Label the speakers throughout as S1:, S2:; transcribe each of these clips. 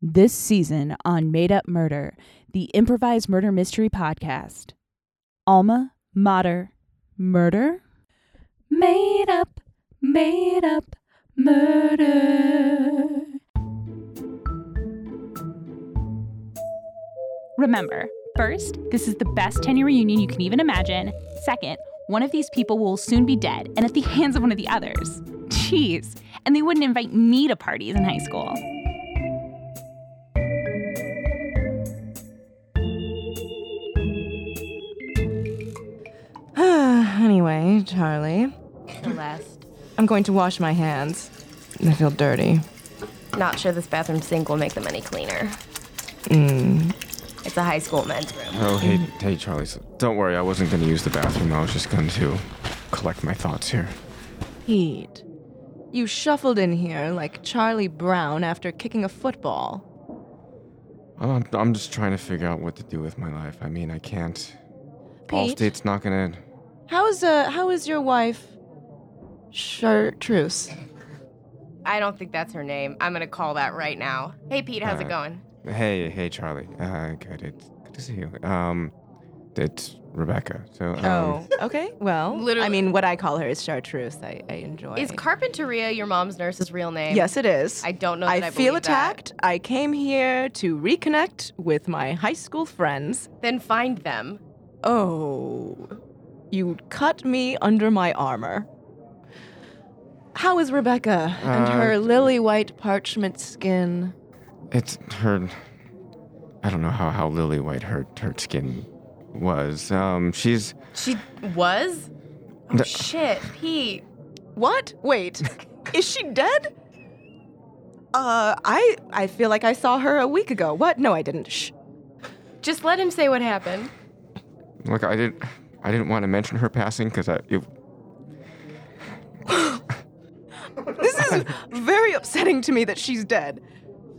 S1: This season on Made Up Murder, the improvised murder mystery podcast. Alma, Mater, Murder? Made Up, Made Up Murder. Remember, first, this is the best 10 year reunion you can even imagine. Second, one of these people will soon be dead and at the hands of one of the others. Jeez, and they wouldn't invite me to parties in high school.
S2: anyway, Charlie,
S3: Celeste.
S2: I'm going to wash my hands. I feel dirty.
S3: Not sure this bathroom sink will make them any cleaner. It's a high school men's room.
S4: Oh, hey, hey, Charlie. so- Don't worry, I wasn't going to use the bathroom. I was just going to collect my thoughts here.
S2: Pete, you shuffled in here like Charlie Brown after kicking a football.
S4: Oh, I'm, I'm just trying to figure out what to do with my life. I mean, I can't.
S2: Pete?
S4: Allstate's not going to.
S2: How's uh how is your wife Chartreuse?
S3: I don't think that's her name. I'm gonna call that right now. Hey Pete, how's it
S4: Uh,
S3: going?
S4: Hey, hey, Charlie. Uh, good. It's good to see you. Um, it's Rebecca. So, um,
S2: Oh, okay. Well,
S3: Literally-
S2: I mean, what I call her is Chartreuse. I, I enjoy.
S3: Is Carpenteria your mom's nurse's real name?
S2: yes, it is.
S3: I don't know.
S2: I
S3: That I,
S2: feel
S3: believe that.
S2: attacked. I came here to reconnect with my high school friends.
S3: Then find them.
S2: Oh, you cut me under my armor. How is Rebecca and her
S4: Uh,
S2: lily white parchment skin?
S4: it's her. I don't know how, how lily white her, her skin was. Um, she's.
S3: She was. Oh,
S4: The-
S3: shit, Pete.
S2: What? Wait, is she dead? Uh, I I feel like I saw her a week ago. What? No, I didn't. Shh.
S3: Just let him say what happened.
S4: Look, I didn't. I didn't want to mention her passing because I. It,
S2: This is very upsetting to me that she's dead.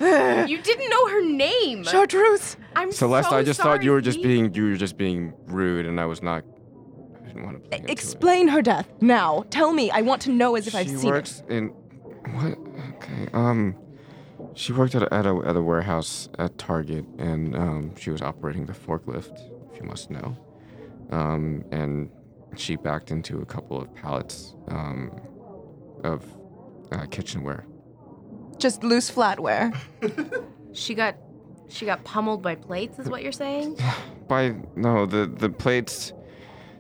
S3: You didn't know her name.
S2: Chartreuse.
S3: I'm
S4: Celeste,
S3: so
S4: I just thought
S3: sorry,
S4: you were just
S3: Pete.
S4: being you were just being rude, and I was not. I didn't want to play into
S2: Explain her death now. Tell me. I want to know as
S4: It.
S2: if I've
S4: she
S2: seen it.
S4: works in what? Okay. Um, she worked at a, at a at a warehouse at Target, and um, she was operating the forklift. If you must know, um, and she backed into a couple of pallets um, of uh, kitchenware.
S2: Just loose flatware.
S3: She got, she got pummeled by plates, is what you're saying?
S4: By no, the the plates,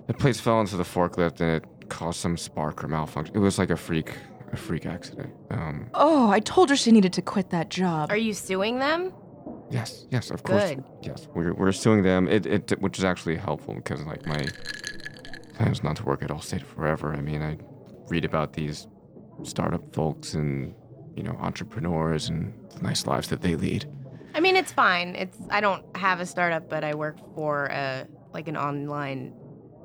S4: the plates fell into the forklift, and it caused some spark or malfunction. It was like a freak, a freak accident. Um,
S2: Oh, I told her she needed to quit that job.
S3: Are you suing them?
S4: yes, yes, of course,
S3: Good.
S4: yes. We're we're suing them. It it which is actually helpful because like my plan is not to work at Allstate forever. I mean, I read about these startup folks and you know entrepreneurs and the nice lives that they lead.
S3: I mean, it's fine. It's I don't have a startup, but I work for a like an online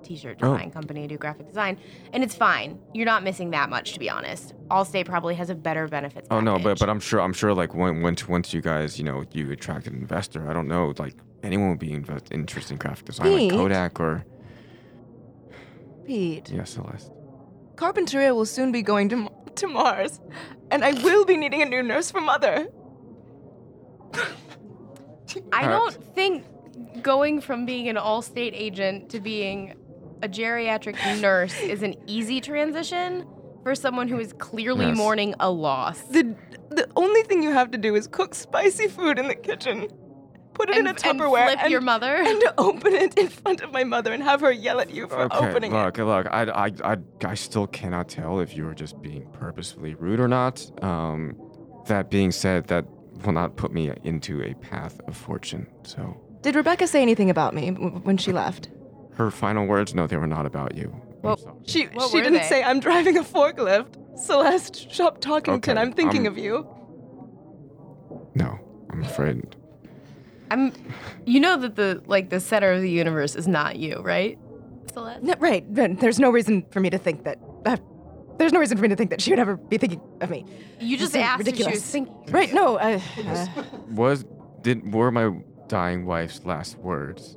S3: t-shirt
S4: Oh.
S3: design company. I do graphic design, and it's fine. You're not missing that much, to be honest. Allstate probably has a better benefits.
S4: Oh no, but
S3: package.
S4: but I'm sure I'm sure like when- once once you guys you know you attract an investor, I don't know like anyone would be invest, interested in graphic design
S2: Pete?
S4: like Kodak or
S2: Pete,
S4: yeah Celeste.
S2: Carpenteria will soon be going to, to Mars, and I will be needing a new nurse for Mother.
S3: I
S4: Uh,
S3: don't think going from being an Allstate agent to being a geriatric nurse is an easy transition for someone who is clearly
S4: Yes.
S3: mourning a loss.
S2: The the only thing you have to do is cook spicy food in the kitchen, put it in
S3: And,
S2: a
S3: and
S2: Tupperware,
S3: flip your mother.
S2: and open it in front of my mother and have her yell at you for
S4: Okay,
S2: opening it.
S4: look, look, I, I, I, I still cannot tell if you are just being purposefully rude or not. Um, that being said, that will not put me into a path of fortune. So
S2: Did Rebecca say anything about me w- when she left?
S4: her final words, no, they were not about you. I'm
S3: Well,
S4: sorry.
S2: She
S3: What
S2: she
S3: were
S2: didn't
S3: they?
S2: say I'm driving a forklift. Celeste, shop Talkington.
S4: Okay,
S2: I'm thinking
S4: um,
S2: of you.
S4: No, I'm afraid.
S3: I'm. You know that the like the center of the universe is not you, right? Celeste.
S2: No, right. Then there's no reason for me to think that. Uh, there's no reason for me to think that she would ever be thinking of me.
S3: You just
S2: This is
S3: asked if she was
S2: ridiculous.
S3: thinking.
S2: Right? No. Uh, uh,
S4: Was did were my dying wife's last words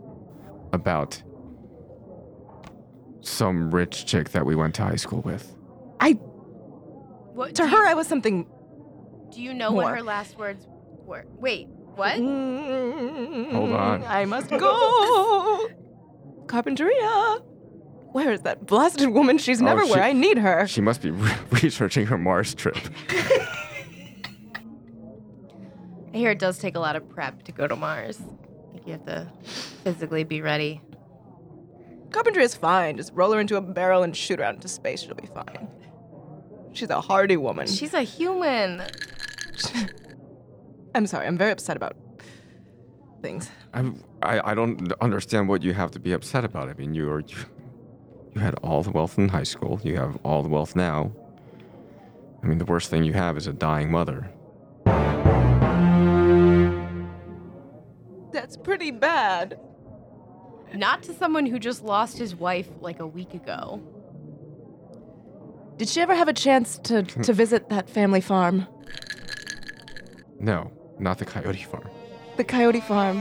S4: about some rich chick that we went to high school with?
S2: I
S3: What,
S2: to
S3: do
S2: her I was something.
S3: You, do you know
S2: more. Mm-hmm.
S3: what her last words Where, wait, what?
S2: Hold
S4: on.
S2: Mm-hmm. I must go. Carpinteria. Where is that blasted woman? She's
S4: Oh,
S2: never
S4: she-
S2: where I need her.
S4: She must be re- researching her Mars trip.
S3: I hear it does take a lot of prep to go to Mars. Like you have to physically be ready.
S2: Carpentry is fine. Just roll her into a barrel and shoot her out into space. She'll be fine. She's a hardy woman.
S3: She's a human.
S2: I'm sorry. I'm very upset about things.
S4: I, I I don't understand what you have to be upset about. I mean, you are you, you had all the wealth in high school. You have all the wealth now. I mean, the worst thing you have is a dying mother.
S2: That's pretty bad.
S3: Not to someone who just lost his wife like a week ago.
S2: Did she ever have a chance to, to visit that family farm?
S4: No, not the coyote farm.
S2: The coyote farm?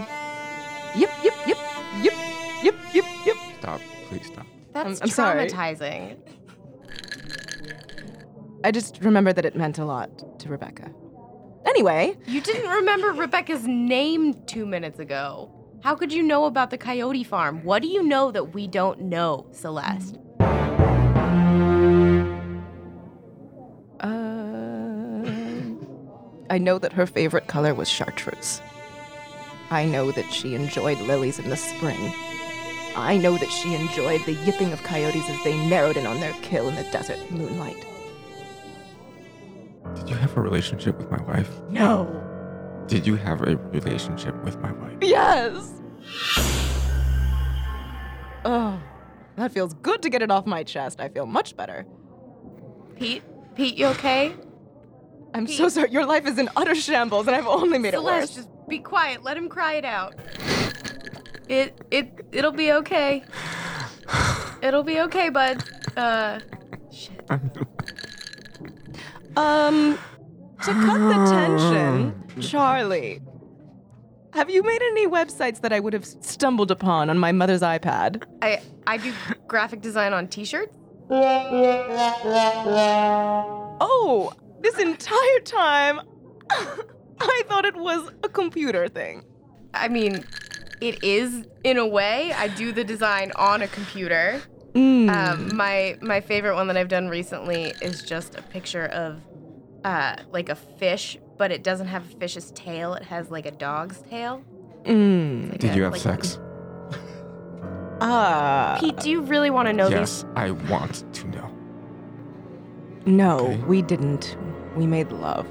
S2: Yep, yep, yep, yep, yep, yep, yep.
S4: Stop, please stop.
S3: That's
S2: I'm sorry.
S3: traumatizing.
S2: I just remember that it meant a lot to Rebecca. Anyway,
S3: You didn't remember Rebecca's name two minutes ago. How could you know about the coyote farm? What do you know that we don't know, Celeste?
S2: um, I know that her favorite color was chartreuse. I know that she enjoyed lilies in the spring. I know that she enjoyed the yipping of coyotes as they narrowed in on their kill in the desert moonlight.
S4: Did you have a relationship with my wife?
S2: No.
S4: Did you have a relationship with my wife?
S2: Yes. Oh, that feels good to get it off my chest. I feel much better.
S3: Pete? Pete, you okay?
S2: I'm so sorry. Your life is in utter shambles, and I've only made
S3: Celeste,
S2: it worse.
S3: just be quiet. Let him cry it out. It it it'll be okay. It'll be okay, bud. Uh, shit.
S2: Um, to cut the tension, Charlie, have you made any websites that I would have stumbled upon on my mother's iPad?
S3: I I do graphic design on T-shirts.
S2: Oh, this entire time, I thought it was a computer thing.
S3: I mean, it is in a way. I do the design on a computer.
S2: Mm.
S3: Um, my my favorite one that I've done recently is just a picture of uh, like a fish, but it doesn't have a fish's tail. It has like a dog's tail.
S2: Mm.
S3: Like
S4: Did
S3: a-
S4: you have
S3: like-
S4: sex?
S2: Ah.
S3: Pete, do you really want to know these?
S4: yes, I want to know.
S2: No,
S4: Okay.
S2: we didn't. We made love.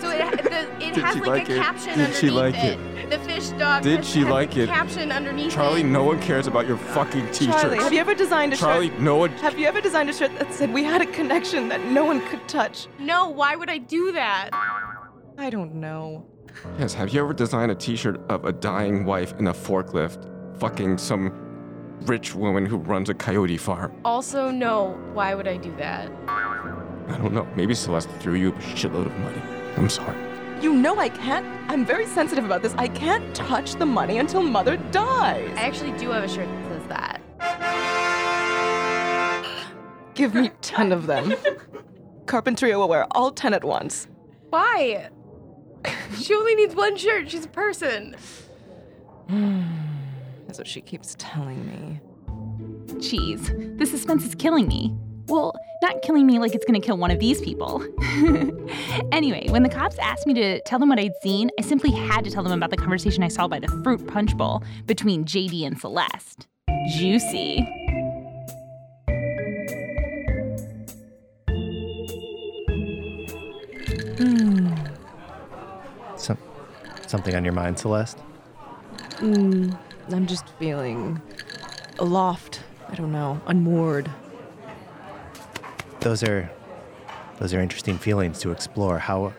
S3: So it, ha- the, it
S4: Did
S3: has
S4: she
S3: like,
S4: like
S3: a
S4: it?
S3: caption
S4: Did
S3: underneath
S4: she like
S3: it. The fish dog.
S4: Did
S3: has-
S4: she
S3: has a
S4: like it?
S3: Caption underneath
S4: Charlie,
S3: it.
S4: no one cares about your fucking t-shirts.
S2: Charlie, have you ever designed a
S4: Charlie,
S2: shirt?
S4: no one.
S2: Have you ever designed a shirt that said we had a connection that no one could touch?
S3: No, why would I do that?
S2: I don't know.
S4: Yes, have you ever designed a t-shirt of a dying wife in a forklift, fucking some rich woman who runs a coyote farm?
S3: Also, no, why would I do that?
S4: I don't know. Maybe Celeste threw you a shitload of money. I'm sorry.
S2: You know I can't. I'm very sensitive about this. I can't touch the money until mother dies.
S3: I actually do have a shirt that says that.
S2: Give me ten of them. Carpentria will wear all ten at once.
S3: Why? she only needs one shirt. She's a person.
S2: That's what she keeps telling me.
S1: Jeez, the suspense is killing me. Well, not killing me like it's gonna kill one of these people. anyway, when the cops asked me to tell them what I'd seen, I simply had to tell them about the conversation I saw by the fruit punch bowl between JD and Celeste. Juicy.
S5: Some, something on your mind, Celeste?
S2: I'm just feeling aloft. I don't know. Unmoored.
S5: Those are those are interesting feelings to explore. How h-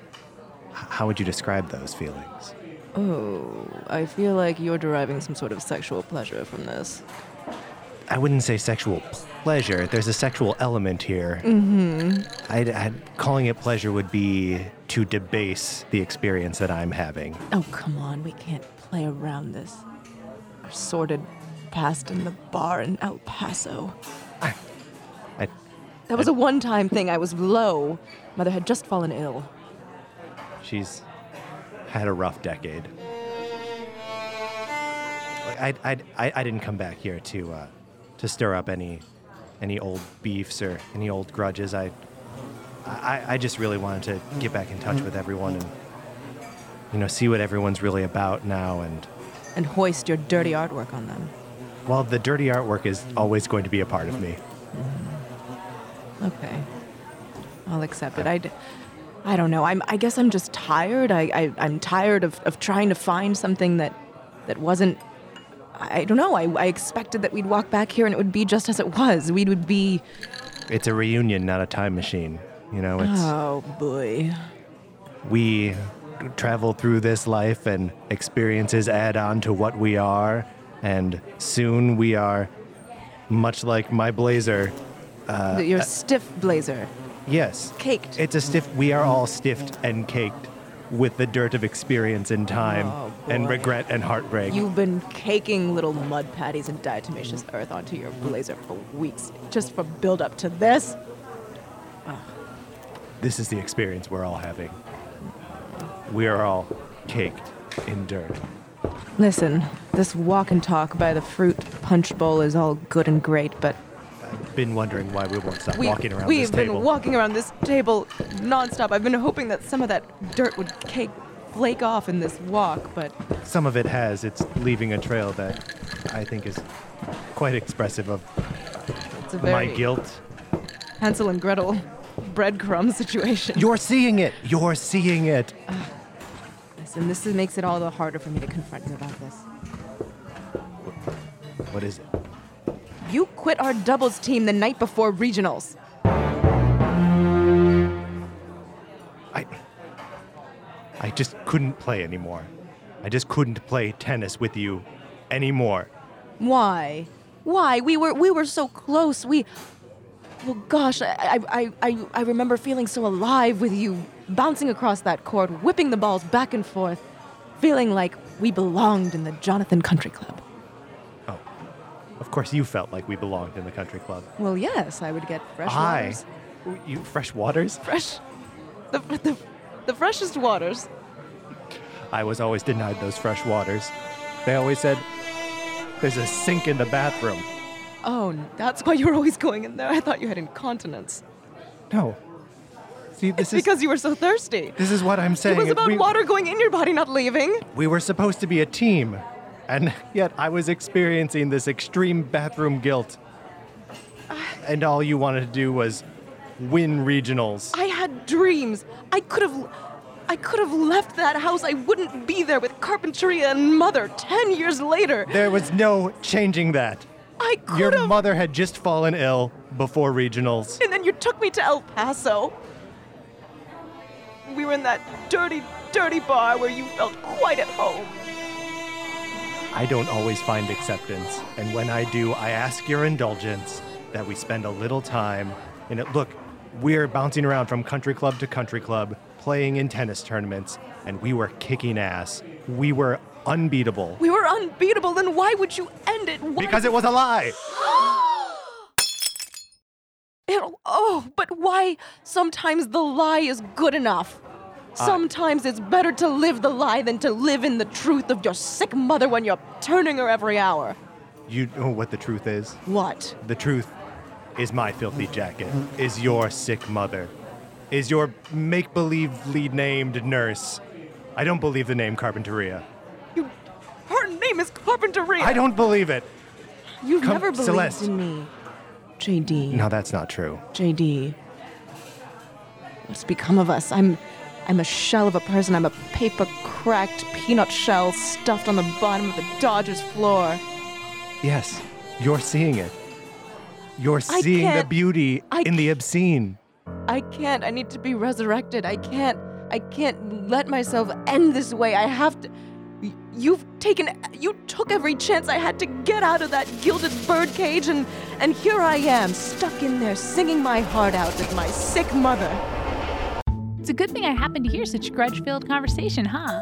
S5: how would you describe those feelings?
S2: Oh, I feel like you're deriving some sort of sexual pleasure from this.
S5: I wouldn't say sexual pleasure. There's a sexual element here. I'd, I'd, calling it pleasure would be to debase the experience that I'm having.
S2: Oh, come on. We can't play around this. Our sordid past in the bar in El Paso.
S5: I,
S2: That was a one time thing. I was low. Mother had just fallen ill.
S5: She's had a rough decade. Like, I, I, I, I didn't come back here to uh, to stir up any any old beefs or any old grudges. I, I I just really wanted to get back in touch with everyone and you know see what everyone's really about now. And
S2: And hoist your dirty artwork on them.
S5: while the dirty artwork is always going to be a part of me,
S2: Okay. I'll accept it. I, d- I don't know. I'm, I guess I'm just tired. I, I, I'm tired of, of trying to find something that, that wasn't. I I don't know. I, I expected that we'd walk back here and it would be just as it was. We would be.
S5: it's a reunion, not a time machine. You know, it's.
S2: Oh, boy.
S5: we travel through this life and experiences add on to what we are and soon we are much like my blazer
S2: your stiff blazer.
S5: yes
S2: Caked.
S5: it's a stiff we are all stiffed and caked with the dirt of experience and time
S2: Oh,
S5: and
S2: boy.
S5: regret and heartbreak
S2: You've been caking little mud patties and diatomaceous earth onto your blazer for weeks just for build up to this.
S5: this is the experience we're all having we are all caked in dirt
S2: Listen, this walk and talk by the fruit punch bowl is all good and great, but
S5: i've been wondering why we won't stop walking around
S2: we've
S5: this
S2: been
S5: table
S2: walking around this table nonstop. I've been hoping that some of that dirt would cake flake off in this walk, but
S5: Some of it has. It's leaving a trail that I think is quite expressive of
S2: it's a very
S5: my guilt.
S2: Hansel and Gretel breadcrumb situation.
S5: You're seeing it. You're seeing it.
S2: Listen, this is, makes it all the harder for me to confront you about this.
S5: What is it?
S2: You quit our doubles team the night before regionals.
S5: I I just couldn't play anymore. I just couldn't play tennis with you anymore.
S2: Why? Why? We were we were so close. We Well gosh, I I I, I remember feeling so alive with you bouncing across that court, whipping the balls back and forth, feeling like we belonged in the Jonathan Country Club.
S5: Oh. Of course you felt like we belonged in the country club.
S2: Well, yes, I would get fresh
S5: I
S2: waters.
S5: you fresh waters?
S2: Fresh the, the the freshest waters.
S5: I was always denied those fresh waters. They always said there's a sink in the bathroom.
S2: Oh, that's why you were always going in there. I thought you had incontinence.
S5: No. See, this is
S2: because you were so thirsty.
S5: This is what I'm saying.
S2: It was about
S5: we,
S2: water going in your body, not leaving.
S5: we were supposed to be a team, and yet I was experiencing this extreme bathroom guilt. And all you wanted to do was win regionals.
S2: I had dreams. I could have, I could have left that house. I wouldn't be there with Carpentria and Mother ten years later.
S5: There was no changing that.
S2: I could
S5: Your
S2: have.
S5: mother had just fallen ill before regionals.
S2: and then you took me to El Paso. We were in that dirty, dirty bar where you felt quite at home.
S5: I don't always find acceptance, and when I do, I ask your indulgence that we spend a little time in it. Look, we're bouncing around from country club to country club, playing in tennis tournaments, and we were kicking ass. We were unbeatable
S2: We were unbeatable. Then why would you end it? Why
S5: because it was a lie.
S2: It, oh, but why sometimes the lie is good enough? Sometimes it's better to live the lie than to live in the truth of your sick mother when you're turning her every hour.
S5: You know what the truth is?
S2: What?
S5: The truth is my filthy jacket, is your sick mother, is your make believely named nurse. I don't believe the name Carpenteria.
S2: You, her name is Carpenteria.
S5: I don't believe it.
S2: You've
S5: Come-
S2: never believed
S5: Celeste.
S2: in me, JD.
S5: No, that's not true.
S2: JD. What's become of us? I'm, I'm a shell of a person. I'm a paper cracked peanut shell stuffed on the bottom of the Dodgers floor.
S5: Yes, you're seeing it. You're
S2: I
S5: seeing the
S2: can't-
S5: beauty
S2: I
S5: in the obscene.
S2: I can't. I need to be resurrected. I can't. I can't let myself end this way. I have to. y- You've taken. You took every chance I had to get out of that gilded birdcage, and and here I am, stuck in there, singing my heart out at my sick mother.
S1: It's a good thing I happened to hear such grudge filled conversation, huh?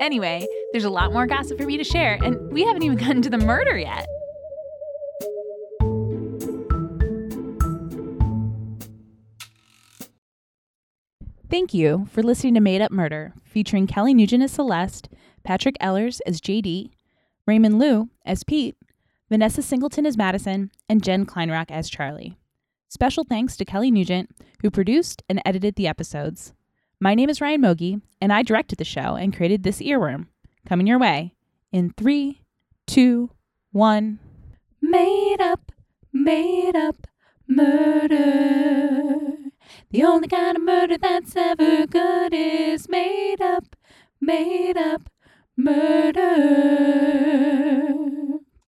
S1: Anyway, there's a lot more gossip for me to share, and we haven't even gotten to the murder yet. Thank you for listening to Made Up Murder, featuring Kelly Nugent as Celeste, Patrick Ellers as JD, Raymond Liu as Pete, Vanessa Singleton as Madison, and Jen Kleinrock as Charlie. Special thanks to Kelly Nugent, who produced and edited the episodes. My name is Ryan Mogi, and I directed the show and created this earworm. Coming your way in three, two, one. Made up, made up murder. The only kind of murder that's ever good is made up, made up murder.